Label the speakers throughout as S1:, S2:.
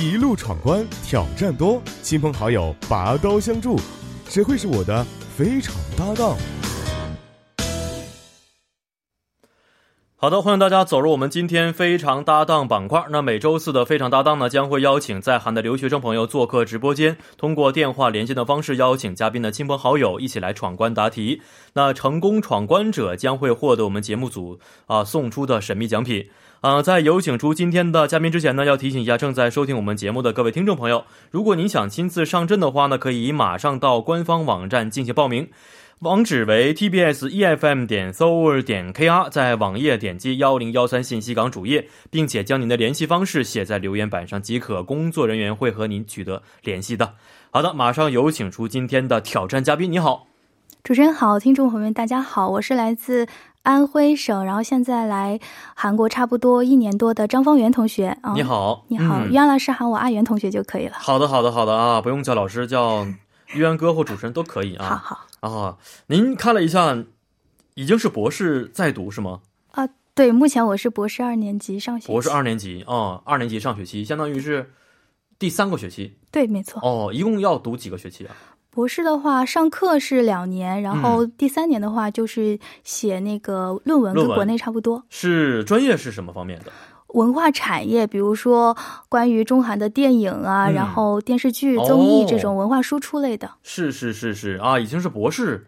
S1: 一路闯关，挑战多，亲朋好友拔刀相助，谁会是我的非常搭档？
S2: 好的，欢迎大家走入我们今天非常搭档板块。那每周四的非常搭档呢，将会邀请在韩的留学生朋友做客直播间，通过电话连线的方式邀请嘉宾的亲朋好友一起来闯关答题。那成功闯关者将会获得我们节目组啊、送出的神秘奖品。啊、在有请出今天的嘉宾之前呢，要提醒一下正在收听我们节目的各位听众朋友，如果您想亲自上阵的话呢，可以马上到官方网站进行报名。网址为 tbs efm E 点 s o u r 点 kr，在网页点击幺零幺三信息港主页，并且将您的联系方式写在留言板上即可，工作人员会和您取得联系的。好的，马上有请出今天的挑战嘉宾，你好，
S3: 主持人好，听众朋友们大家好，我是来自安徽省，然后现在来韩国差不多一年多的张方圆同学啊、
S2: 你，好，
S3: 你好，
S2: 嗯
S3: 袁老师喊我阿元同学就可以了。
S2: 好的，好的，好的啊，不用叫老师，叫玉渊哥或主持人都可以
S3: 好
S2: 啊。
S3: 好
S2: 啊，您看了一下，已经是博士在读是吗？
S3: 啊，对，目前我是博士二年级上学期，
S2: 博士二年级啊、二年级上学期，相当于是第三个学期
S3: 对，没错。
S2: 哦，一共要读几个学期啊？
S3: 博士的话，上课是两年，然后第三年的话就是写那个论
S2: 嗯论
S3: 文，跟
S2: 文
S3: 国内差不多。
S2: 是专业是什么方面的？
S3: 文化产业，比如说关于中韩的电影啊，
S2: 嗯
S3: 然后电视剧、
S2: 哦
S3: 综艺这种文化输出类的。
S2: 是是是是啊，已经是博士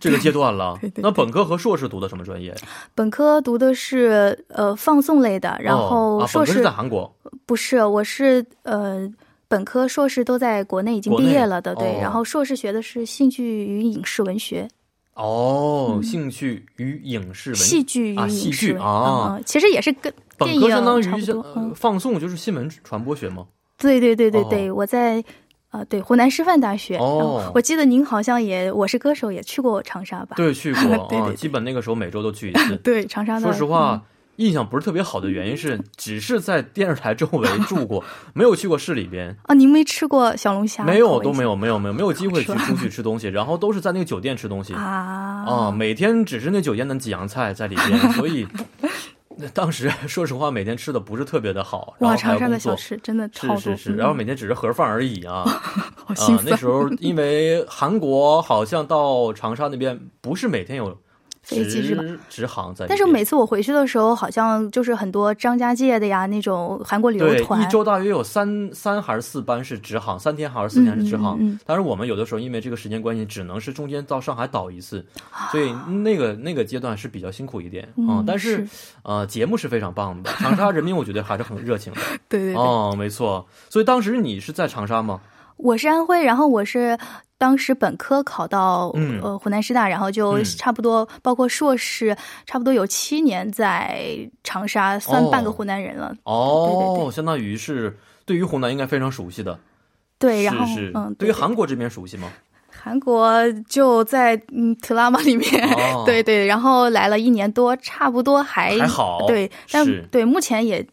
S2: 这个阶段了。
S3: 啊对对对
S2: 那本科和硕士读的什么专业？
S3: 本科读的是呃放送类的，然
S2: 哦
S3: 后
S2: 啊、
S3: 硕
S2: 本科
S3: 士、
S2: 是在韩国，
S3: 不是，我是呃本科、硕士都在国内已经
S2: 国内
S3: 毕业了的，
S2: 哦
S3: 对。然后硕士学的是戏剧与影视文学，
S2: 哦，兴趣与影视文
S3: 嗯戏剧与
S2: 啊戏
S3: 影
S2: 剧
S3: 视文
S2: 啊
S3: 嗯嗯，其实也是跟电
S2: 本科相当
S3: 影差
S2: 于
S3: 不
S2: 像、
S3: 多。
S2: 呃
S3: 嗯，
S2: 放送就是新闻传播学吗？
S3: 对对对对
S2: 哦
S3: 对，我在。啊、对，湖南师范大学。
S2: 哦
S3: 嗯我记得您好像也《我是歌手》也去过长沙吧？
S2: 对，去过
S3: 对
S2: 啊，
S3: 对对。
S2: 基本那个时候每周都去一次
S3: 对，嗯长沙的。
S2: 说实话，印象不是特别好的原因是，只是在电视台周围住过，没有去过市里边。
S3: 嗯，啊，您没吃过小龙虾？
S2: 没有，都没
S3: 有
S2: 有，没有，没有，没有机会去
S3: 好吃
S2: 出去吃东西，然后都是在那个酒店吃东西啊、
S3: 啊。
S2: 每天只是那酒店的几样菜在里边，所 以那当时说实话，每天吃的不是特别的好，然后哦还
S3: 哇，长
S2: 要
S3: 沙的
S2: 工
S3: 小
S2: 作。
S3: 吃真的超
S2: 是是
S3: 多，
S2: 是，
S3: 嗯
S2: 然后每天只是盒饭而已啊
S3: 好
S2: 啊、
S3: 心酸。
S2: 那时候因为韩国好像到长沙那边不是每天有
S3: 飞机是吧
S2: 直直航在那边，
S3: 但是每次我回去的时候，好像就是很多张家界的呀，那种韩国旅游
S2: 对
S3: 团，
S2: 一周大约有三三还是四班是直航，三天还是四天是直航。
S3: 嗯嗯嗯
S2: 当然，我们有的时候因为这个时间关系，只能是中间到上海倒一次，所以那个那个阶段是比较辛苦一点啊、
S3: 啊嗯
S2: 但是
S3: 是
S2: 呃，节目是非常棒的，长沙人民我觉得还是很热情的
S3: 对对对、
S2: 哦，没错。所以当时你是在长沙吗？
S3: 我是安徽，然后我是当时本科考到、
S2: 嗯
S3: 呃湖南师大，然后就
S2: 嗯
S3: 差不多、包括硕士，差不多有七年在长沙，算半个湖南人了。
S2: 哦，
S3: 对对对
S2: 相当于是对于湖南应该非常熟悉的，
S3: 对，然后
S2: 是是、
S3: 嗯，
S2: 对于韩国这边熟悉 吗？
S3: 韩国就在嗯特拉玛里面，
S2: 哦
S3: 对对，然后来了一年多，差不多还
S2: 还好
S3: 对，但
S2: 哦是
S3: 对目前也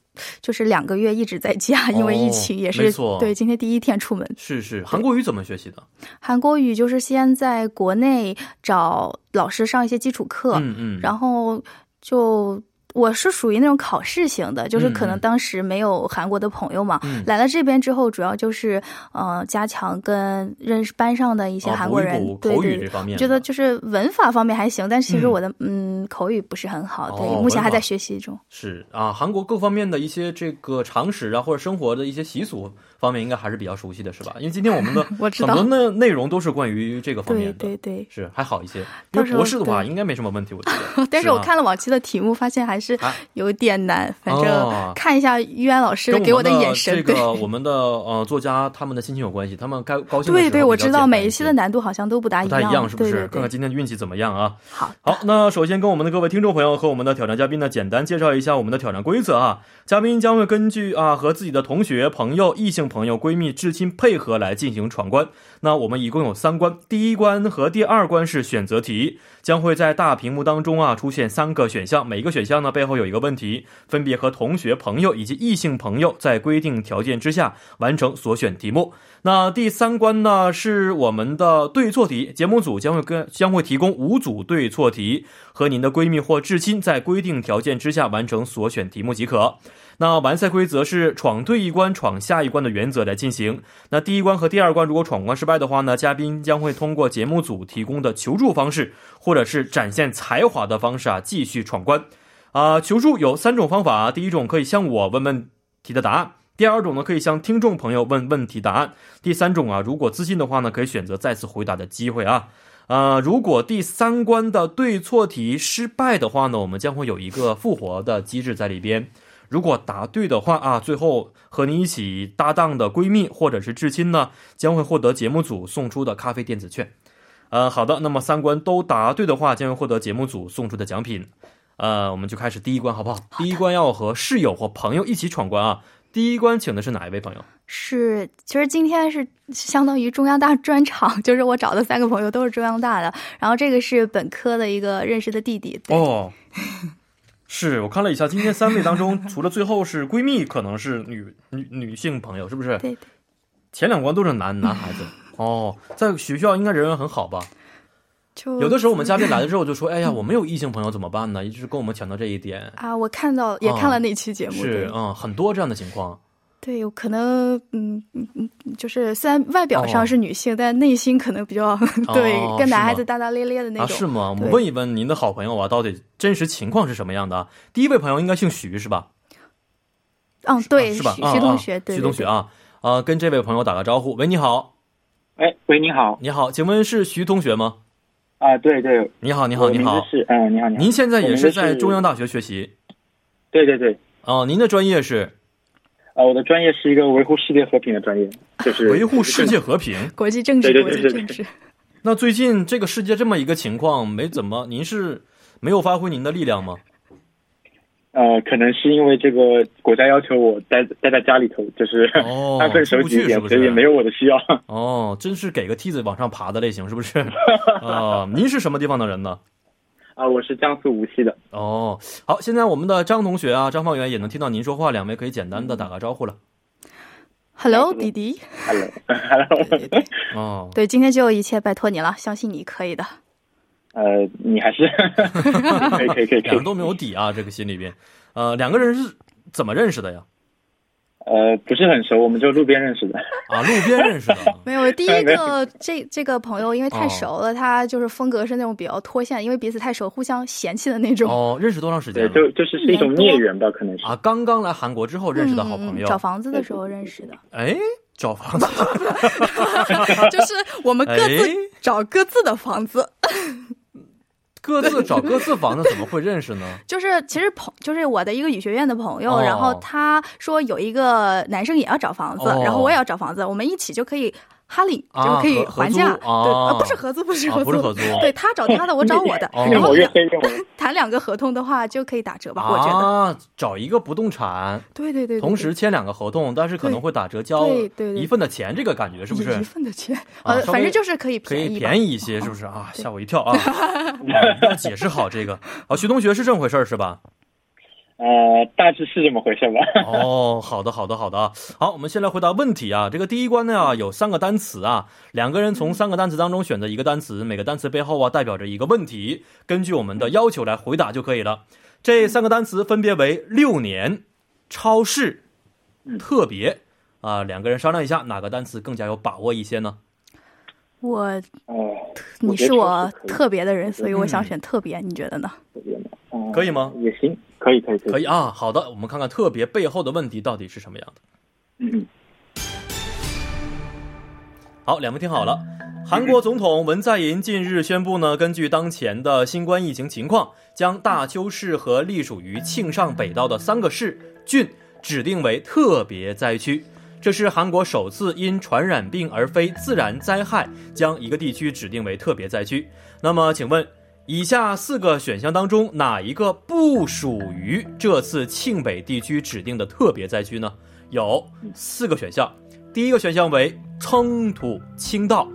S3: 就是两个月一直在家，因为疫情也
S2: 哦没
S3: 是、
S2: 错
S3: 对今天第一天出门。
S2: 是是，韩国语怎么学习的？
S3: 韩国语就是先在国内找老师上一些基础课，
S2: 嗯嗯，
S3: 然后就。我是属于那种考试型的，就是可
S2: 嗯
S3: 能
S2: 嗯
S3: 当时没有韩国的朋友嘛，
S2: 嗯
S3: 来了这边之后，主要就是呃加强跟认识班上的一些
S2: 啊
S3: 韩
S2: 补
S3: 国
S2: 一
S3: 人，
S2: 补
S3: 对
S2: 口
S3: 对
S2: 语这方面的，
S3: 我觉得就是文法方面还行，但是其实
S2: 嗯
S3: 我的嗯口语不是很好，对，
S2: 哦
S3: 目前还
S2: 文
S3: 在
S2: 法
S3: 学习中。
S2: 是啊，韩国各方面的一些这个常识啊，或者生活的一些习俗方面，应该还是比较熟悉的，是吧？因为今天我们的
S3: 我知
S2: 很
S3: 道
S2: 多内内容都是关于这个方面
S3: 对
S2: 的，
S3: 对对，
S2: 是还好一些。因
S3: 到
S2: 为
S3: 时候
S2: 博士的话，
S3: 对。
S2: 应该没什么问题，我觉得
S3: 但是
S2: 啊
S3: 我看了往期的题目，发现还是
S2: 啊
S3: 有点难。反
S2: 哦
S3: 正看一下于安老师
S2: 跟
S3: 给
S2: 我
S3: 我
S2: 们的
S3: 眼神，
S2: 这个我们的呃作家他们的心情有关系，他们该高兴的时候
S3: 对对对，我
S2: 比较
S3: 知
S2: 简
S3: 道
S2: 单
S3: 每
S2: 一
S3: 一
S2: 些
S3: 期的难度好像都不大
S2: 不
S3: 一
S2: 太
S3: 样，
S2: 一样，是不是？
S3: 对
S2: 看
S3: 对
S2: 看
S3: 对
S2: 今天的运气怎么样啊？
S3: 好
S2: 好，那首先跟我们的各位听众朋友和我们的挑战嘉宾呢，简单介绍一下我们的挑战规则啊。嘉宾将会根据啊和自己的同学、朋友、异性朋友、闺蜜、至亲配合来进行闯关。那我们一共有三关，第一关和第二关是选择题，将会在大屏幕当中啊出现三个选项，每一个选项呢背后有一个问题，分别和同学、朋友以及异性朋友在规定条件之下完成所选题目。那第三关呢是我们的对错题，节目组将会跟呃将会提供五组对错题，和您的闺蜜或至亲在规定条件之下完成所选题目即可。那完赛规则是闯对一关、闯下一关的原则来进行。那第一关和第二关如果闯关失败的话呢，嘉宾将会通过节目组提供的求助方式，或者是展现才华的方式啊，继续闯关。啊、求助有三种方法，第一种可以向我问问题的答案。第二种呢，可以向听众朋友问问题答案。第三种啊，如果自信的话呢，可以选择再次回答的机会啊。呃，如果第三关的对错题失败的话呢，我们将会有一个复活的机制在里边。如果答对的话啊，最后和你一起搭档的闺蜜或者是至亲呢，将会获得节目组送出的咖啡电子券。呃，好的，那么三关都答对的话，将会获得节目组送出的奖品。呃，我们就开始第一关，好不好？第一关要和室友或朋友一起闯关啊。第一关请的是哪一位朋友？
S3: 是，其实今天是相当于中央大专场，就是我找的三个朋友都是中央大的，然后这个是本科的一个认识的弟弟，对
S2: 哦， 是我看了一下，今天三位当中，除了最后是闺蜜，可能是女女女性朋友，是不是？
S3: 对对
S2: 前两关都是男男孩子。哦，在学校应该人缘很好吧？
S3: 就
S2: 有的时候我们嘉宾来了之后就说：“哎呀，我没有异性朋友怎么办呢？”一直跟我们强调这一点。
S3: 啊，我看到也看了那期节
S2: 哦
S3: 目，
S2: 是，嗯，很多这样的情况。
S3: 对，有可能，嗯嗯嗯，就是虽然外表上是女性，但内心可能比较 对，
S2: 哦
S3: 跟男孩
S2: 是
S3: 子
S2: 吗
S3: 大大咧咧的那
S2: 啊，
S3: 种。
S2: 是吗？我们
S3: 对
S2: 问一问您的好朋友啊，到底真实情况是什么样的啊？第一位朋友应该姓徐是吧？
S3: 嗯，对，
S2: 啊
S3: 徐
S2: 是吧？啊
S3: 徐同学，
S2: 啊
S3: 对，
S2: 徐同学啊，啊，跟这位朋友打个招呼。喂，你好，
S4: 哎，喂，你好
S2: 你好，请问是徐同学吗？
S4: 啊、对对，
S2: 你好，你
S4: 你
S2: 好，你好，
S4: 是嗯、你好，你好，
S2: 您现在也是在中央
S4: 大，
S2: 大学学习
S4: 对对对，
S2: 哦、您的专业是
S4: 啊、我的专业是一个维护世界和平的专 业，就是
S2: 维护世界和平。
S3: 国际政治，
S4: 对对
S3: 国际
S4: 对对
S3: 政治，
S2: 那最近这个世界这么一个情况，没怎么，您是没有发挥您的力量吗？
S4: 呃，可能是因为这个国家要求我待待在家里头，就是
S2: 哦
S4: 安分守己
S2: 出不去是
S4: 一点，
S2: 不是
S4: 所以没有我的需要。
S2: 哦，真是给个梯子往上爬的类型，是不是？啊、您是什么地方的人呢？
S4: 啊，我是江苏无锡的，
S2: 哦，好，现在我们的张同学啊，张方圆也能听到您说话，两位可以简单的打个招呼了。
S3: Hello，弟
S4: 哎
S3: 弟，
S4: hello hello，
S3: 对对对，
S2: 哦，
S3: 对，今天就一切拜托你了，相信你可以的。
S4: 呃，你还是 可以可以可以可
S2: 两
S4: 以
S2: 个，都没有底啊，这个心里边。呃，两个人是怎么认识的呀？
S4: 呃，不是很熟，我们就路边认识的。
S2: 啊，路边认识 的。
S3: 没有，
S4: 哎
S3: 第一个这这个朋友因为太
S2: 哦
S3: 熟了，他就是风格是那种比较脱线，因为彼此太熟，互相嫌弃的那种。
S2: 哦，认识多长时间
S4: 对，
S2: 了？
S4: 就就是是一种孽缘吧，可能是。
S2: 啊，刚刚来韩国之后认识的好朋友
S3: 嗯，找嗯房子的时候认 识的，
S2: 哎，找房子，
S3: 就是我们 各
S2: 哎
S3: 自，找各自的房子。
S2: 各自找各自房子，怎么会认识呢？
S3: 就是其实朋就是我的一个语学院的朋友，
S2: 哦
S3: 然后他说有一个男生也要找房子，
S2: 哦
S3: 然后我也要找房子，我们一起就可以。哈林
S2: 啊
S3: 就可以还价，
S2: 合合租啊
S3: 对、呃不是合租，不是合租，
S2: 不是合租
S3: 对他找他的，我找我的，
S2: 哦
S4: 越
S3: 然后
S4: 抹越
S3: 两
S4: 黑，越抹越黑
S3: 谈两个合同的话就可以打折吧， 我觉得，
S2: 啊，找一个不动产，
S3: 对对对对，
S2: 同时签两个合同，但是可能会打折交
S3: 对对对
S2: 一份的钱，这个感觉是不
S3: 一一
S2: 是？
S3: 份的钱，
S2: 啊
S3: 呃，
S2: 稍微
S3: 反正就是可以
S2: 可
S3: 便
S2: 以
S3: 宜吧，
S2: 便宜一些，是不是啊？吓我一跳啊！一定要解释好 这个。好，徐同学是这么回事儿是吧？
S4: 呃，大致是这么回事吧。
S2: 哦，好的，好的，好的啊。好，我们先来回答问题啊。这个第一关呢、有三个单词啊，两个人从三个单词当中选择一个单词，每个单词背后啊代表着一个问题，根据我们的要求来回答就可以了。这三个单词分别为六年、超市、特别啊。两个人商量一下哪个单词更加有把握一些呢？
S3: 我
S4: 哦，
S3: 你
S4: 我觉得
S3: 是我
S4: 确实可以
S3: 特别的人，所以我想
S2: 嗯
S3: 选特别，你觉得呢？
S4: 嗯
S2: 可以吗
S4: 也行，可以，可以，
S2: 可
S4: 以。
S2: 以啊。好的，我们看看特别背后的问题到底是什么样的。
S4: 嗯嗯，
S2: 好，两位听好了。韩国总统文在寅近日宣布呢，根据当前的新冠疫情情况，将大邱市和隶属于庆尚北道的三个市郡指定为特别灾区。这是韩国首次因传染病而非自然灾害将一个地区指定为特别灾区。那么，请问以下四个选项当中，哪一个不属于这次庆北地区指定的特别灾区呢？有四个选项，第一个选项为청두青道，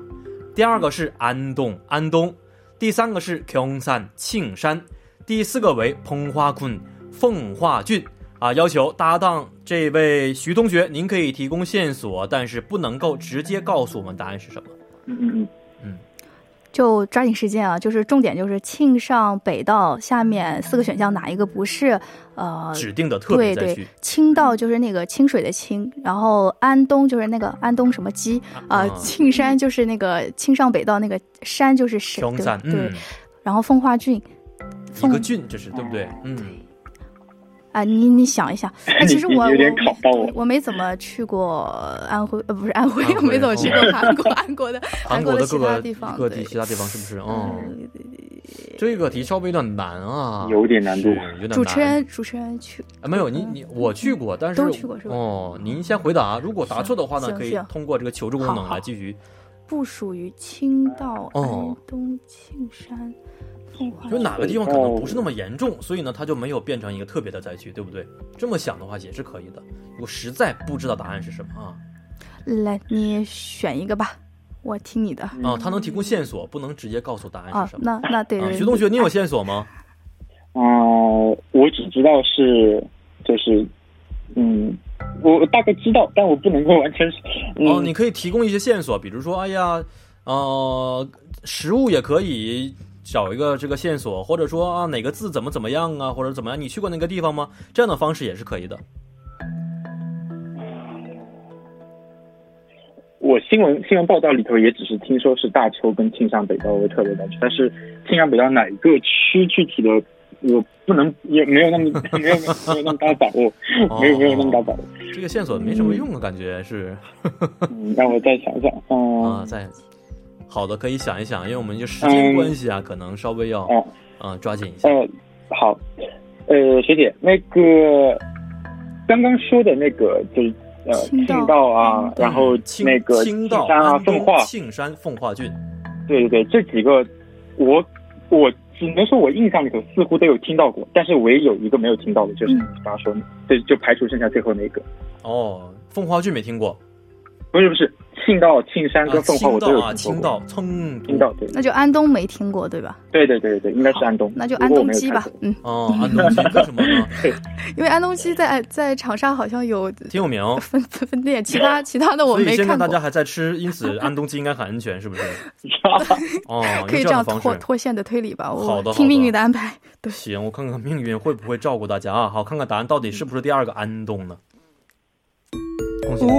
S2: 第二个是安洞安东，第三个是경산庆山，第四个为彭花坤奉化郡啊，要求搭档这位徐同学，您可以提供线索，但是不能够直接告诉我们答案是什么。
S4: 嗯嗯
S3: 就抓紧时间啊！就是重点就是庆尚北道下面四个选项哪一个不是？呃，
S2: 指定的特别
S3: 对
S2: 灾
S3: 对
S2: 区，
S3: 清道就是那个清水的清，然后安东就是那个安东什么基啊，
S2: 啊
S3: 庆山就是那个庆尚北道那个山就是谁
S2: 穷山，嗯
S3: 对对，，然后奉化郡
S2: 一
S3: 奉
S2: 个郡，这是对不对？
S3: 哦
S2: 嗯，
S3: 啊，你你想一 想，哎，
S4: 你
S3: 其实
S4: 你
S3: 我
S4: 有点
S3: 我
S4: 考到我
S3: 我没怎么去过安徽，呃，不是安徽，
S2: 安徽哦
S3: 我没怎么去过韩国， 韩国的
S2: 韩
S3: 韩国
S2: 的
S3: 的
S2: 各
S3: 其
S2: 个
S3: 他地方，
S2: 各
S3: 对
S2: 地，啊其他地方是不是？嗯，
S3: 嗯，
S2: 这个题稍微有点难啊，
S4: 有点难度
S2: 是有点难。
S3: 主持人主持人去
S2: 啊，没有你你我去过，但是
S3: 都去过是吧
S2: 哦，您先回答，如果答错的话呢，
S3: 行
S2: 可以
S3: 行
S2: 通过这个求助功能
S3: 好好
S2: 来继续。
S3: 不属于青道、
S2: 哦
S3: 安东、庆山、奉化，
S2: 就哪个地方可能不是那么严重，所以呢，它就没有变成一个特别的灾区，对不对？这么想的话也是可以的。我实在不知道答案是什么啊
S3: 来，你选一个吧，我听你的
S2: 啊，它能提供线索，不能直接告诉答案
S3: 啊
S2: 是，什么。
S3: 那那对
S2: 啊，
S3: 对
S2: 徐同学，你有线索吗？
S4: 嗯，呃，我只知道是就是嗯，我我大概知道，但我不能够完全。嗯、
S2: 哦，你可以提供一些线索，比如说，哎呀，呃，食物也可以找一个这个线索，或者说啊哪个字怎么怎么样啊，或者怎么样，你去过那个地方吗？这样的方式也是可以的。
S4: 我新闻新闻报道里头也只是听说是大邱跟庆尚北道为特别灾区，但是庆尚北道哪一个区具体的，我不能也没有那么 没有没有那么大的把 握，
S2: 哦
S4: 没有没有那么大把握。
S2: 这个线索没什么用啊，感觉是
S4: 嗯，让我再想想。嗯，
S2: 啊，在好的可以想一想，因为我们就时间关系啊，可能稍微要
S4: 哦
S2: 啊抓紧一下。
S4: 呃，好，呃，学姐，那个刚刚说的那个就是呃
S3: 青岛
S4: 庆道啊，然后
S2: 青
S4: 那个
S2: 青岛、嗯
S4: 山啊、
S2: 安东
S4: 奉化，
S2: 庆山、奉化郡，
S4: 对对对，这几个我我只能说我印象里头似乎都有听到过，但是唯一有一个没有听到的就是你刚刚说的，对，就排除剩下最后那个，
S2: 哦，奉化郡没听过
S4: 不是不是，庆道、庆山
S2: 啊，
S4: 跟奉化
S2: 青
S4: 我
S2: 岛
S4: 都有
S2: 啊，
S4: 听
S2: 青
S4: 过过。
S2: 岛、成
S4: 青
S2: 都
S4: 岛对
S3: 那就安东没听过对吧？
S4: 对对对对，应该是安东，
S3: 嗯那就
S4: 如
S3: 安
S4: 果我
S3: 东
S4: 没有
S3: 基吧
S4: 看错，
S3: 嗯，
S2: 哦，安东基为什么呢？
S3: 因为安东基在在长沙好像有
S2: 挺有名。
S3: 分分分店，其他其他的我
S2: 所以
S3: 没
S2: 现在
S3: 看
S2: 大家
S3: 过，
S2: 还在吃，因 此安东鸡应该很安全，是不是？哦，用
S3: 可以
S2: 这
S3: 这
S2: 样的方
S3: 样脱
S2: 式。
S3: 脱线的推理吧，
S2: 好
S3: 我
S2: 的好
S3: 听命
S2: 的
S3: 运的 安排。对，
S2: 行，我看看命运会不会照顾大家啊！好，看看答案到底是不是第二个安东呢？恭喜你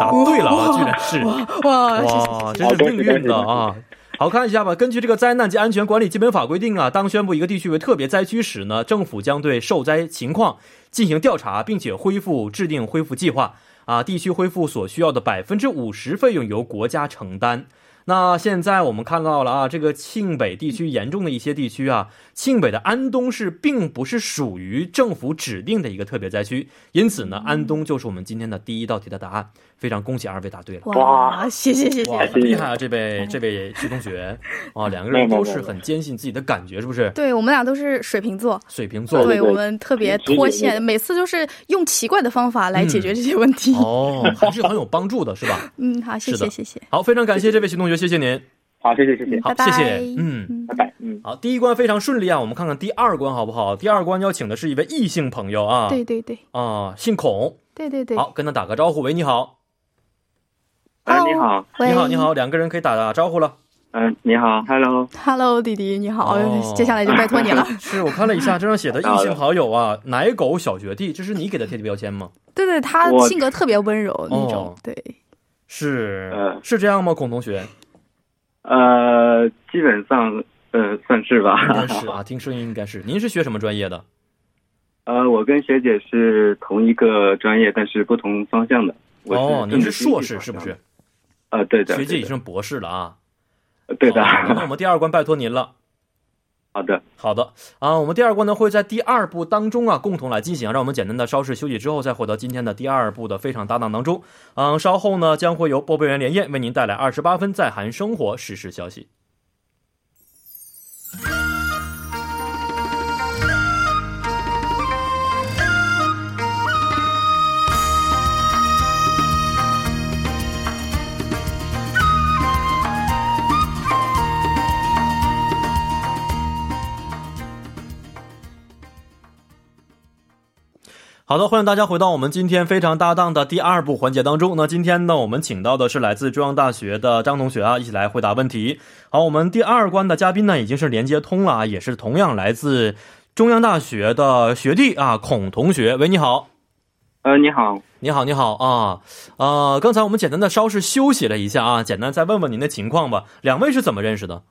S2: 答对了，居然答对了啊！居然是
S3: 哇，哦谢谢
S2: 哇，真是命运的啊！好看一下吧。根据这个《灾难及安全管理基本法》规定啊，当宣布一个地区为特别灾区时呢，政府将对受灾情况进行调查，并且恢复制定恢复计划啊。地区恢复所需要的百分之五十费用由国家承担。那现在我们看到了啊，这个庆北地区严重的一些地区啊，庆北的安东市并不是属于政府指定的一个特别灾区，因此呢，安东就是我们今天的第一道题的答案。非常恭喜二位答对了。
S3: 哇，谢谢谢
S2: 哇，
S3: 谢。
S2: 很厉害啊！这
S3: 嗯
S2: 位这位徐同 学，哇，两个人都是很坚信自己的感觉，是不是？
S3: 对我们俩都是水瓶座，
S2: 水瓶座
S4: 对
S3: 对我们特别脱线，每次都是用奇怪的方法来解决这些问题。
S2: 嗯哦，还是很有帮助的，是吧？
S3: 嗯，好，谢
S2: 是的
S3: 谢谢谢，
S2: 好，非常感谢这位徐同学，谢谢 您。
S4: 好，谢谢谢谢，
S2: 好，
S3: 拜拜
S2: 谢谢。嗯，
S4: 拜拜，嗯。
S2: 好，第一关非常顺利啊，我们看看第二关好不好？第二关邀请的是一位异性朋友啊，
S3: 对对对
S2: 啊，姓孔，
S3: 对对对。
S2: 好，跟他打个招呼，喂，你好，
S5: 哎，你好，
S3: 喂，
S2: 你好，你好，两个人可以打打招呼了。
S5: 嗯、你好，Hello，
S3: ，Hello，弟弟，你好
S2: 哦，
S3: 接下来就拜托你了。
S2: 是我看了一下，这上写的异性好友啊，奶狗小学弟，这是你给他贴的标签吗？
S3: 对对，他
S5: 我
S3: 性格特别温柔那种
S2: 哦，
S3: 对，
S2: 是
S5: 呃，
S2: 是这样吗？孔同学，
S5: 呃，基本上呃算是
S2: 应
S5: 吧
S2: 该，是啊， 听声音应该是。您是学什么专业的？
S5: 呃，我跟学姐是同一个专业，但是不同方向的。我
S2: 哦，您是硕士
S5: 政治经济
S2: 是不
S5: 方向
S2: 是
S5: 的？？呃，对的，
S2: 学姐
S5: 对
S2: 已
S5: 的
S2: 经博士了啊。
S5: 呃对的，
S2: 好那我们第二关拜托您了。
S5: 好的，
S2: 好的啊，我们第二关呢会在第二部当中啊共同来进行，让我们简单的稍事休息之后再回到今天的第二部的非常搭档当中。嗯，稍后呢将会由播报员连燕为您带来二十八分在韩生活实时消息。好的，欢迎大家回到我们今天非常搭档的第二部环节当中。那今天呢，我们请到的是来自中央大学的张同学啊，一起来回答问题。好，我们第二关的嘉宾呢已经是连接通了啊，也是同样来自中央大学的学弟啊，孔同学。喂，你好，
S5: 呃，你好，
S2: 你好，你好啊，呃，刚才我们简单的稍事休息了一下啊，简单再问问您的情况吧。两位是怎么认识的？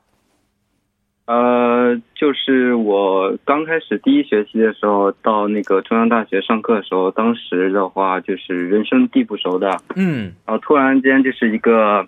S5: 呃，就是我刚开始第一学期的时候，到那个中央大学上课的时候，当时的话就是人生地不熟的，
S2: 嗯
S5: 然后突然间就是一个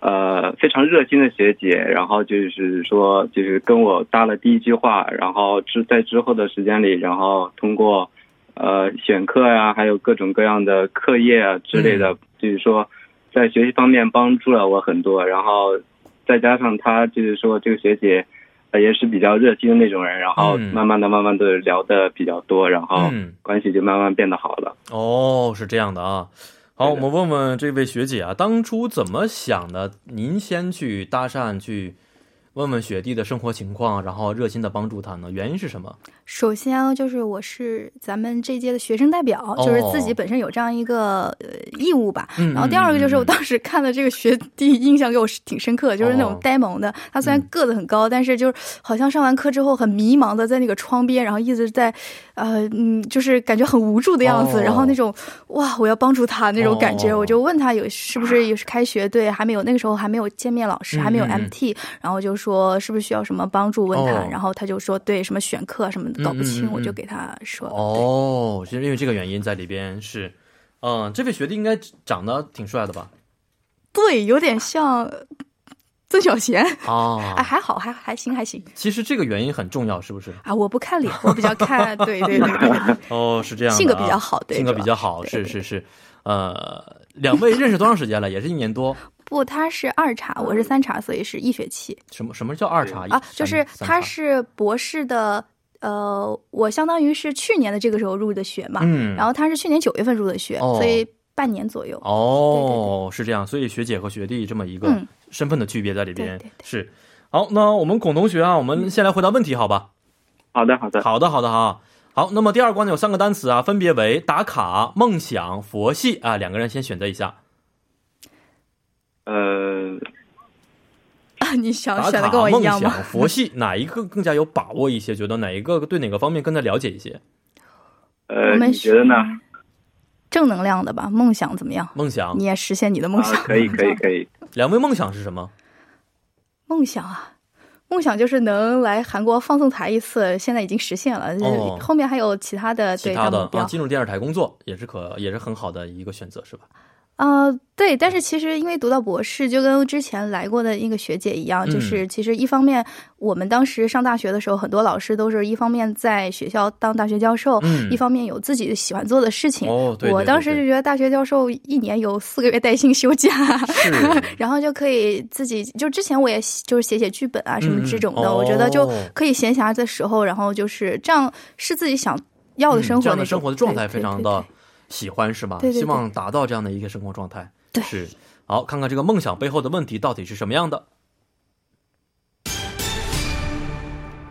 S5: 呃非常热心的学姐，然后就是说就是跟我搭了第一句话，然后之在之后的时间里，然后通过呃选课呀、还有各种各样的课业啊之类
S2: 嗯
S5: 的，就是说在学习方面帮助了我很多，然后再加上她就是说这个学姐。呃也是比较热心的那种人，然后
S2: 嗯
S5: 慢慢的、慢慢的聊的比较多，然后
S2: 嗯，
S5: 关系就慢慢变得好了。
S2: 哦，是这样的啊。好，我
S5: 对的
S2: 们问问这位学姐啊，当初怎么想的？您先去搭讪，去问问学弟的生活情况，然后热心的帮助他呢？原因是什么？
S3: 首先啊就是我是咱们这届的学生代表，
S2: 哦
S3: 就是自己本身有这样一个呃义务吧。
S2: 嗯
S3: 然后第二个就是我当时看了这个学弟，印象给我是挺深刻，就是那种
S2: 哦
S3: 呆萌的。他虽然个子很高，但是就是好像上完课之后很迷茫的在那个窗边，然后一直在，呃嗯，就是感觉很无助的样子。
S2: 哦
S3: 然后那种哇，我要帮助他那种感觉，
S2: 哦
S3: 我就问他有是不是也是开学对，还没有那个时候还没有见面老师，还没有
S2: 嗯嗯嗯
S3: MT，然后就说是不是需要什么帮助，问他，
S2: 哦
S3: 然后他就说对什么选课啊什么的搞不
S2: 嗯嗯
S3: 清，
S2: 嗯嗯
S3: 我就给他说对
S2: 哦，是因为这个原因在里边是。嗯，这位学弟应该长得挺帅的吧？
S3: 对，有点像曾小贤，哎，
S2: 啊，
S3: 还好，还还行，还行
S2: 其实这个原因很重要，是不是？
S3: 啊，我不看脸，我比较看 对对对对
S2: 哦，是这样的啊、
S3: 性格比较好对
S2: 性格
S3: 主要
S2: 比较好，
S3: 对
S2: 是
S3: 对
S2: 是是。呃，两位认识多长时间了？也是一年多。
S3: 不，他是二茬，我是三茬，所以是一学期
S2: 什么什么叫二茬？
S3: 啊，
S2: 哎三
S3: 就是
S2: 三
S3: 他
S2: 茬
S3: 是博士的，呃，我相当于是去年的这个时候入的学嘛，
S2: 嗯，
S3: 然后他是去年九月份入的学，
S2: 哦
S3: 所以半年左右。
S2: 哦，是这样，所以学姐和学弟这么一个
S3: 嗯
S2: 身份的区别在里边、
S3: 对对对
S2: 是。好，那我们孔同学啊，我们先来回答问题，好吧？
S5: 好的，好的。
S2: 好的，好的哈。好，那么第二关呢有三个单词啊，分别为打卡、梦想、佛系啊，两个人先选择一下。
S5: 呃，
S3: 啊，你想
S2: 打
S3: 想的
S2: 卡、
S3: 跟我一
S2: 梦
S3: 样
S2: 想
S3: 吗？、
S2: 佛系， 哪一个更加有把握一些？觉得哪一个对哪个方面更加了解一些？
S5: 呃，
S3: 我们
S5: 你觉得呢？啊
S3: 是正能量的吧，梦想怎么样？
S2: 梦想
S3: 你，也实现你的梦想。
S5: 啊，可以，可以，可以。
S2: 两位梦想是什么？
S3: 梦想啊，梦想就是能来韩国放送台一次，现在已经实现了。
S2: 哦
S3: 后面还有其他的
S2: 其
S3: 对
S2: 他
S3: 大
S2: 的
S3: 目标
S2: 啊，进入电视台工作也是可也是很好的一个选择，是吧？
S3: 啊、对，但是其实因为读到博士，就跟之前来过的那个学姐一
S2: 嗯
S3: 样，就是其实一方面，我们当时上大学的时候，很多老师都是一方面在学校当大学教授，
S2: 嗯
S3: 一方面有自己喜欢做的事情。
S2: 哦，对对对
S3: 我当时就
S2: 对
S3: 觉得大学教授一年有四个月带薪休假，
S2: 是
S3: 然后就可以自己就之前我也写就是写写剧本啊什么这种的，
S2: 嗯嗯
S3: 我觉得就
S2: 哦
S3: 可以闲暇的时候，然后就是这样是自己想要的生
S2: 嗯、
S3: 活
S2: 这
S3: 那
S2: 样
S3: 种、
S2: 的生活的状态非常的
S3: 对对对
S2: 喜欢，是吧？
S3: 对对对
S2: 希望达到这样的一个生活状态。
S3: 对
S2: 是。好，看看这个梦想背后的问题到底是什么样的。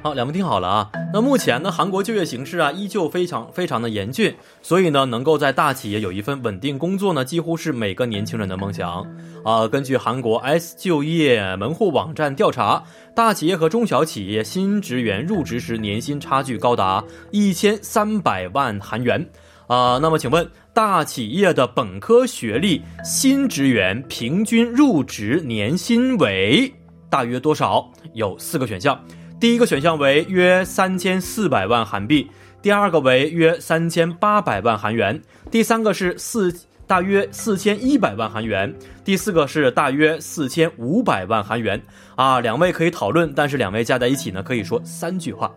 S2: 好，两位听好了啊。那目前呢，韩国就业形势啊，依旧非常非常的严峻，所以呢，能够在大企业有一份稳定工作呢，几乎是每个年轻人的梦想。啊、根据韩国 S 就业门户网站调查，大企业和中小企业新职员入职时年薪差距高达一千三百万韩元。啊、那么请问，大企业的本科学历新职员平均入职年薪为大约多少？有四个选项，第一个选项为约三千四百万韩币，第二个为约三千八百万韩元，第三个是四大约四千一百万韩元，第四个是大约四千五百万韩元。啊，两位可以讨论，但是两位加在一起呢，可以说三句话。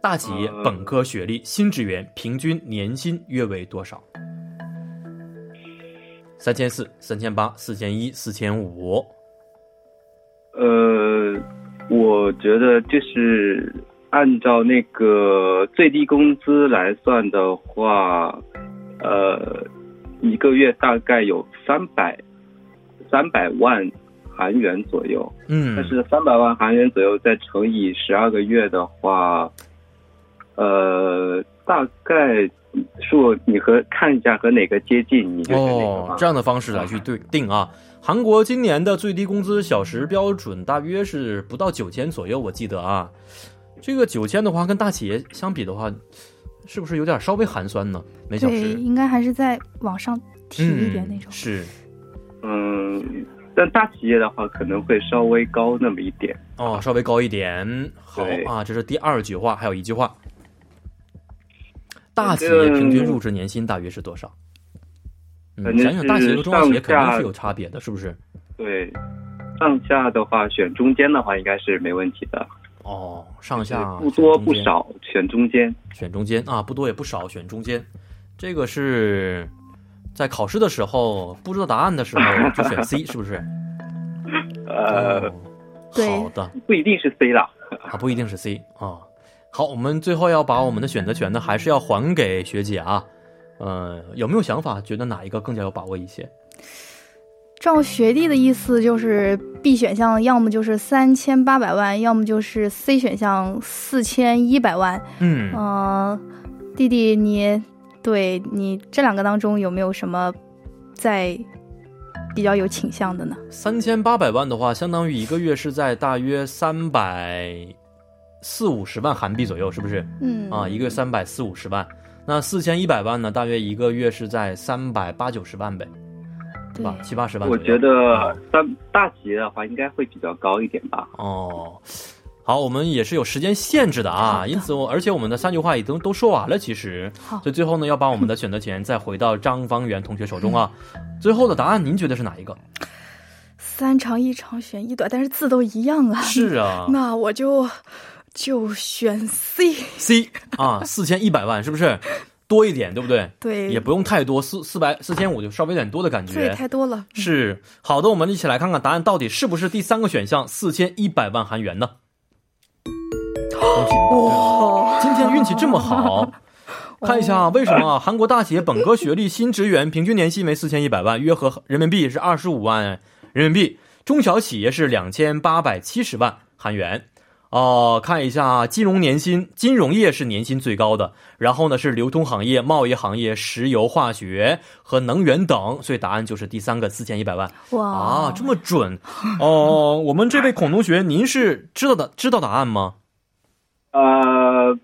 S2: 大企业
S5: 呃
S2: 本科学历新职员平均年薪约为多少？三千四、三千八、四千一、四千五。
S5: 呃，我觉得就是按照那个最低工资来算的话，呃，一个月大概有三百三百万韩元左右。
S2: 嗯，
S5: 但是三百万韩元左右再乘以十二个月的话，呃，大概数你和看一下和哪个接近，你就选哪个
S2: 哦
S5: 嘛。，嗯
S2: 这样的方式来去对定啊。韩国今年的最低工资小时标准大约是不到九千左右，我记得啊。这个九千的话，跟大企业相比的话，是不是有点稍微寒酸呢？每小
S3: 对，
S2: 时，嗯
S3: 应该还是再往上提一点那种。
S2: 是
S5: 嗯，但大企业的话可能会稍微高那么一点。
S2: 哦，稍微高一点。好
S5: 啊对
S2: 啊，这是第二句话，还有一句话。大企业平均入职年薪大约是多少？
S5: 反
S2: 嗯，
S5: 正
S2: 想想大企业和中小企业
S5: 是
S2: 肯
S5: 上下
S2: 定是有差别的，是不是？
S5: 对，上下的话选中间的话应该是没问题的，
S2: 哦，上
S5: 对
S2: 下
S5: 不多
S2: 选中
S5: 不
S2: 间
S5: 少，啊选中间。
S2: 选中间啊，不多也不少，选中间。这个是在考试的时候不知道答案的时候就选 C，是不是？
S5: 呃
S2: 哦，
S3: 对
S2: 好的
S5: 不一定是 C 啦。
S2: 啊，不一定是 C 啊、好，我们最后要把我们的选择权呢，还是要还给学姐啊。呃，有没有想法，觉得哪一个更加有把握一些？
S3: 照学弟的意思就是 B 选项要么就是三千八百万，要么就是 C 选项四千一百万。
S2: 嗯，
S3: 嗯、弟弟你对你这两个当中有没有什么在比较有倾向的呢？
S2: 三千八百万的话，相当于一个月是在大约三百四五十万韩币左右，是不是？
S3: 嗯
S2: 啊，一个月三百四五十万，那四千一百万呢，大约一个月是在三百八九十万呗，对
S3: 对
S2: 吧？七八十万
S5: 我
S2: 左右。
S5: 觉得三大企业的话应该会比较高一点吧。
S2: 哦，好，我们也是有时间限制的啊，
S3: 好的
S2: 因此我而且我们的三句话已经都说完了，其实，
S3: 好
S2: 所以最后呢，要把我们的选择权再回到张方圆同学手中 啊。最后的答案您觉得是哪一个？
S3: 三长一长选一短，但是字都一样啊。
S2: 是啊
S3: 那我就就选 C。
S2: ，C 啊，四千一百万是不是多一点，对不对？
S3: 对，
S2: 也不用太多，四四百四千五就稍微有点多的感觉。
S3: 这也太多了。
S2: 是好的，我们一起来看看答案到底是不是第三个选项四千一百万韩元呢？
S3: 哦，
S2: 今天运气这么好，看一下为什么啊？韩国大企业本科学历新职员平均年薪为四千一百万，约合人民币是二十五万人民币；中小企业是两千八百七十万韩元。哦，看一下金融年薪，金融业是年薪最高的，然后呢是流通行业、贸易行业、石油化学和能源等，所以答案就是第三个四千一百万。
S3: 哇
S2: 啊，这么准哦！我们这位孔同学，您是知道的知道答案吗？
S5: 呃，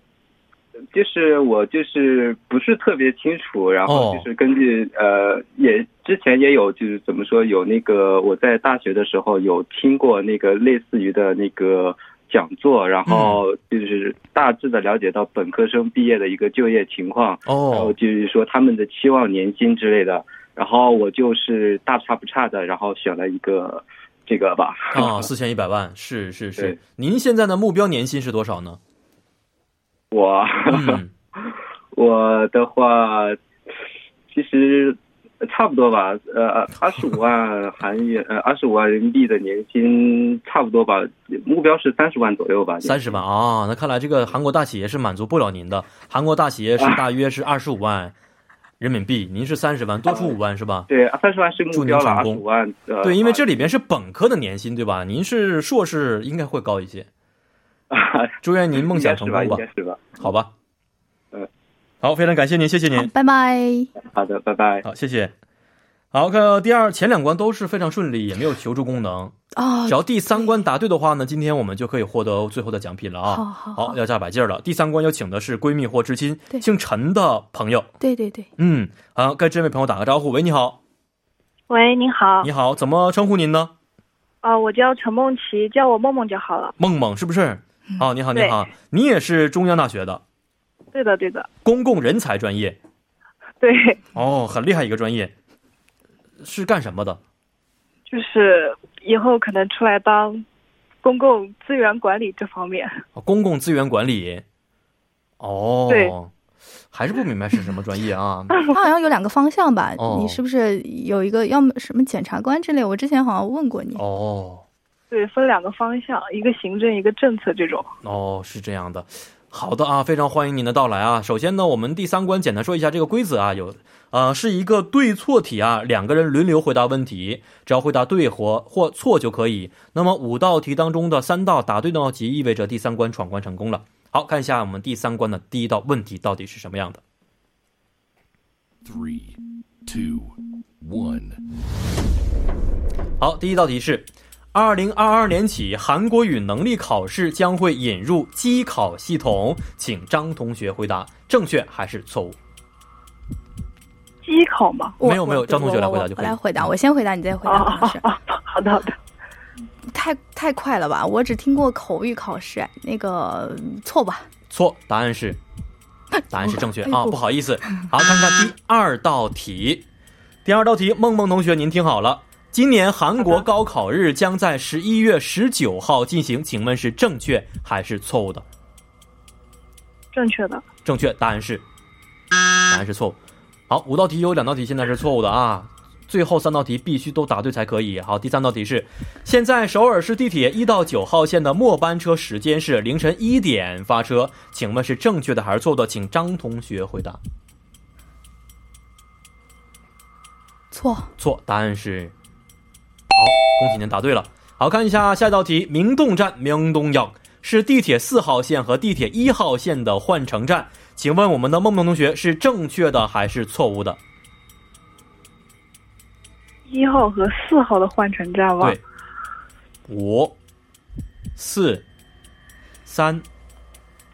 S5: 就是我就是不是特别清楚，然后
S2: 哦
S5: 就是根据、呃也之前也有就是怎么说有那个我在大学的时候有听过那个类似于的那个。讲座，然
S2: 嗯
S5: 后就是大致的了解到本科生毕业的一个就业情况，然后
S2: 哦
S5: 就是说他们的期望年薪之类的，然后我就是大差不差的，然后选了一个这个吧。
S2: 啊，四千一百万，是是是
S5: 对。
S2: 您现在的目标年薪是多少呢？
S5: 我、
S2: 嗯，
S5: 我的话，其实差不多吧，呃，二十五万韩元，呃，二十五万人民币的年薪差不多吧，目标是三十万左右吧。
S2: 三十万啊，那看来这个韩国大企业是满足不了您的。韩国大企业是大约是二十五万人民币，您是三十万，多出五万是吧？
S5: 对，三十万是目标了，二
S2: 祝
S5: 十
S2: 您成
S5: 五万。呃，
S2: 对，因为这里边是本科的年薪，对吧？您是硕士，应该会高一 些。祝愿您梦想成功
S5: 应
S2: 吧
S5: 该，是吧，应该是吧。
S2: 好吧
S5: 嗯。
S2: 好，非常感谢您，谢谢您
S3: 啊好。拜拜。
S5: 好的，拜拜。
S2: 好，谢谢。好，看到第二前两关都是非常顺利，也没有求助功能。
S3: 哦
S2: 只，要第三关答对的话呢，今天我们就可以获得最后的奖品了啊！
S3: 好好好
S2: 要加把劲儿了。第三关要请的是闺蜜或至亲，
S3: 对
S2: 姓陈的朋友。
S3: 对对对，
S2: 嗯，好，跟这位朋友打个招呼。喂，你好，
S6: 喂，您好，
S2: 你好，怎么称呼您呢？
S6: 呃，我叫陈梦琪，叫我梦梦就好了。
S2: 梦梦是不是？哦，你好，你
S6: 嗯对
S2: 好，你也是中央大学的
S6: 对的，对的，
S2: 公共人才专业
S6: 对，
S2: 哦，很厉害一个专业，是干什么的？
S6: 就是以后可能出来当公共资源管理这方面。
S2: 哦公共资源管理。哦，
S6: 对
S2: 还是不明白是什么专业 啊？
S3: 它好像有两个方向吧？
S2: 哦
S3: 你是不是有一个要么什么检察官之类？我之前好像问过你。
S2: 哦，
S6: 对，分两个方向，一个行政，一个政策这种。
S2: 哦，是这样的。好的啊，非常欢迎您的到来啊！首先呢，我们第三关简单说一下这个规则啊，有，呃，是一个对错题啊，两个人轮流回答问题，只要回答对或或错就可以。那么五道题当中的三道答对呢，即意味着第三关闯关成功了。好看一下我们第三关的第一道问题到底是什么样的。
S7: three, two, one.
S2: 好，第一道题是：二零二二年起，韩国语能力考试将会引入机考系统，请张同学回答正确还是错误？
S6: 机考嘛。
S3: 我
S2: 没有没有
S3: 我
S2: 张同学来
S3: 我
S2: 回答就可以嗯
S3: 我来回答，我先回答，你再回
S6: 哦
S3: 答。
S6: 哦
S3: 王老师
S6: 哦，哦，好的好的。
S3: 太太快了吧？我只听过口语考试，那个嗯错吧？
S2: 错，答案是，答案是正确
S3: 哎呦
S2: 啊，不好意思。好，看看第二道题。第二道题，梦梦同学，您听好了，今年韩国高考日将在十一月十九号进行，请问是正确还是错误的？
S6: 正确的，
S2: 正确，答案是，答案是错误。好，五道题有两道题现在是错误的啊，最后三道题必须都答对才可以。好，第三道题是，现在首尔市地铁一到九号线的末班车时间是凌晨一点发车，请问是正确的还是错误的？请张同学回答。
S3: 错，
S2: 错，答案是好，恭喜您答对了。好看一下下一道题，明洞站明洞역是地铁四号线和地铁一号线的换乘站，请问我们的梦梦同学是正确的还是错误的？
S6: 一号和四号的换乘站吧
S2: 对，，五、四、三、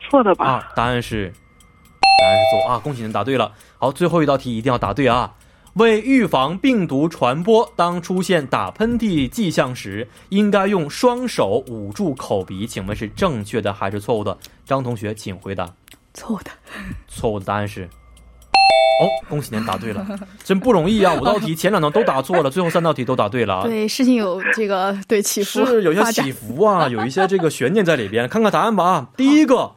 S6: 错的吧？
S2: 二，答案是，答案是错啊！恭喜您答对了。好，最后一道题一定要答对啊！为预防病毒传播，当出现打喷嚏迹象时，应该用双手捂住口鼻。请问是正确的还是错误的？张同学，请回答。
S3: 错的。
S2: 错误的答案是。哦，恭喜您答对了，真不容易啊！五道题前两道都答错了，最后三道题都答对了啊！
S3: 对，事情有这个对起伏，
S2: 是有些
S3: 发展
S2: 起伏 啊，有一些这个悬念在里边。看看答案吧啊，第一个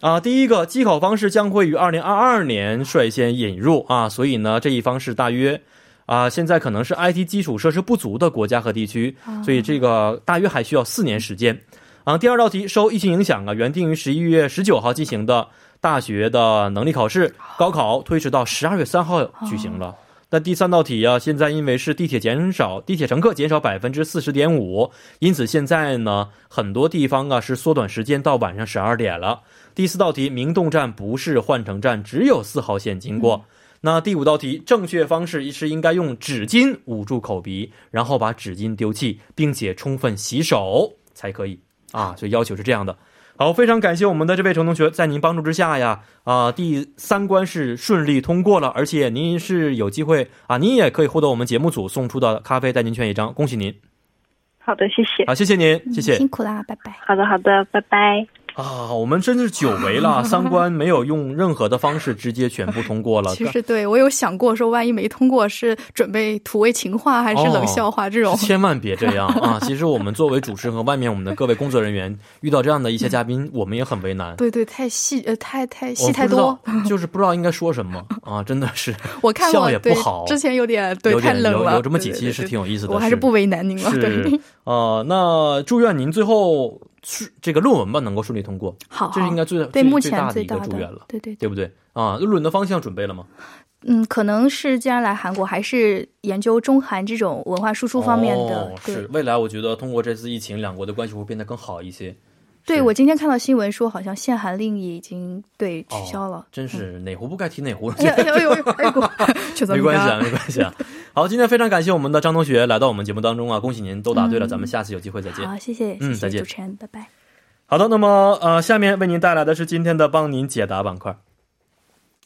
S2: 啊，第一个机考方式将会于二零二二年率先引入啊，所以呢，这一方式大约。啊，现在可能是 IT 基础设施不足的国家和地区，
S3: 啊
S2: 所以这个大约还需要四年时间。啊，第二道题受疫情影响啊，原定于十一月十九号进行的大学的能力考试、高考推迟到十二月三号
S3: 哦
S2: 举行了。那第三道题啊，现在因为是地铁减少，地铁乘客减少百分之四十点五，因此现在呢，很多地方啊是缩短时间到晚上十二点了。第四道题，明洞站不是换乘站，只有四号线经过。那第五道题，正确方式是应该用纸巾捂住口鼻，然后把纸巾丢弃，并且充分洗手才可以啊。所以要求是这样的。好，非常感谢我们的这位陈同学，在您帮助之下呀，啊、第三关是顺利通过了，而且您是有机会啊，您也可以获得我们节目组送出的咖啡代金券一张，恭喜您
S6: 好的，谢谢。
S2: 啊，谢谢您，谢谢
S3: 辛苦啦，拜拜。
S6: 好的，好的，拜拜。
S2: 啊，我们真是久违了，三关没有用任何的方式直接全部通过了，
S3: 其实对我有想过说，万一没通过，是准备土味情话还是哦冷笑话这种？
S2: 哦 千万别这样啊！其实我们作为主持人和外面我们的各位工作人员，遇到这样的一些嘉宾，我们也很为难。
S3: 对对，太细呃，太太
S2: 我
S3: 戏太
S2: 不知道
S3: 多。，
S2: 就是不知道应该说什么啊！真的是，
S3: 我看
S2: 笑
S3: 过
S2: 也，
S3: 对
S2: 不好，
S3: 之前有点对
S2: 有点
S3: 太冷了，
S2: 有有这么
S3: 对
S2: 几
S3: 对
S2: 期
S3: 对
S2: 是
S3: 对
S2: 挺有意思的，
S3: 我还是不为难您了。对，
S2: 是呃，那祝愿您最后顺这个论文吧能够顺利通过，
S3: 好，
S2: 这是
S3: 好
S2: 应该最
S3: 哦 对
S2: 最
S3: 目
S2: 最
S3: 前
S2: 大的
S3: 最
S2: 一个
S3: 大
S2: 祝
S3: 的
S2: 愿了，
S3: 对对对，
S2: 对不对啊？论文的方向准备了吗？
S3: 嗯，可能是既然来韩国，还是研究中韩这种文化输出方面的
S2: 哦、，
S3: 对
S2: 是未来，我觉得通过这次疫情，两国的关系会变得更好一些。
S3: 对，
S2: 是
S3: 我今天看到新闻说，好像限韩令已经对取消了。
S2: 哦
S3: 嗯
S2: 真是哪壶不该提哪壶。
S3: 哎呀哎呦哎呦哎呦哎呦！ 全
S2: 没关系啊，没关系啊。好，今天非常感谢我们的张同学来到我们节目当中啊，恭喜您都答对了，咱们下次有机会再见。
S3: 嗯好，谢谢，
S2: 嗯
S3: 谢
S2: 再
S3: 谢
S2: 见
S3: 主持人，拜拜。
S2: 好的，那么呃，下面为您带来的是今天的帮您解答板块。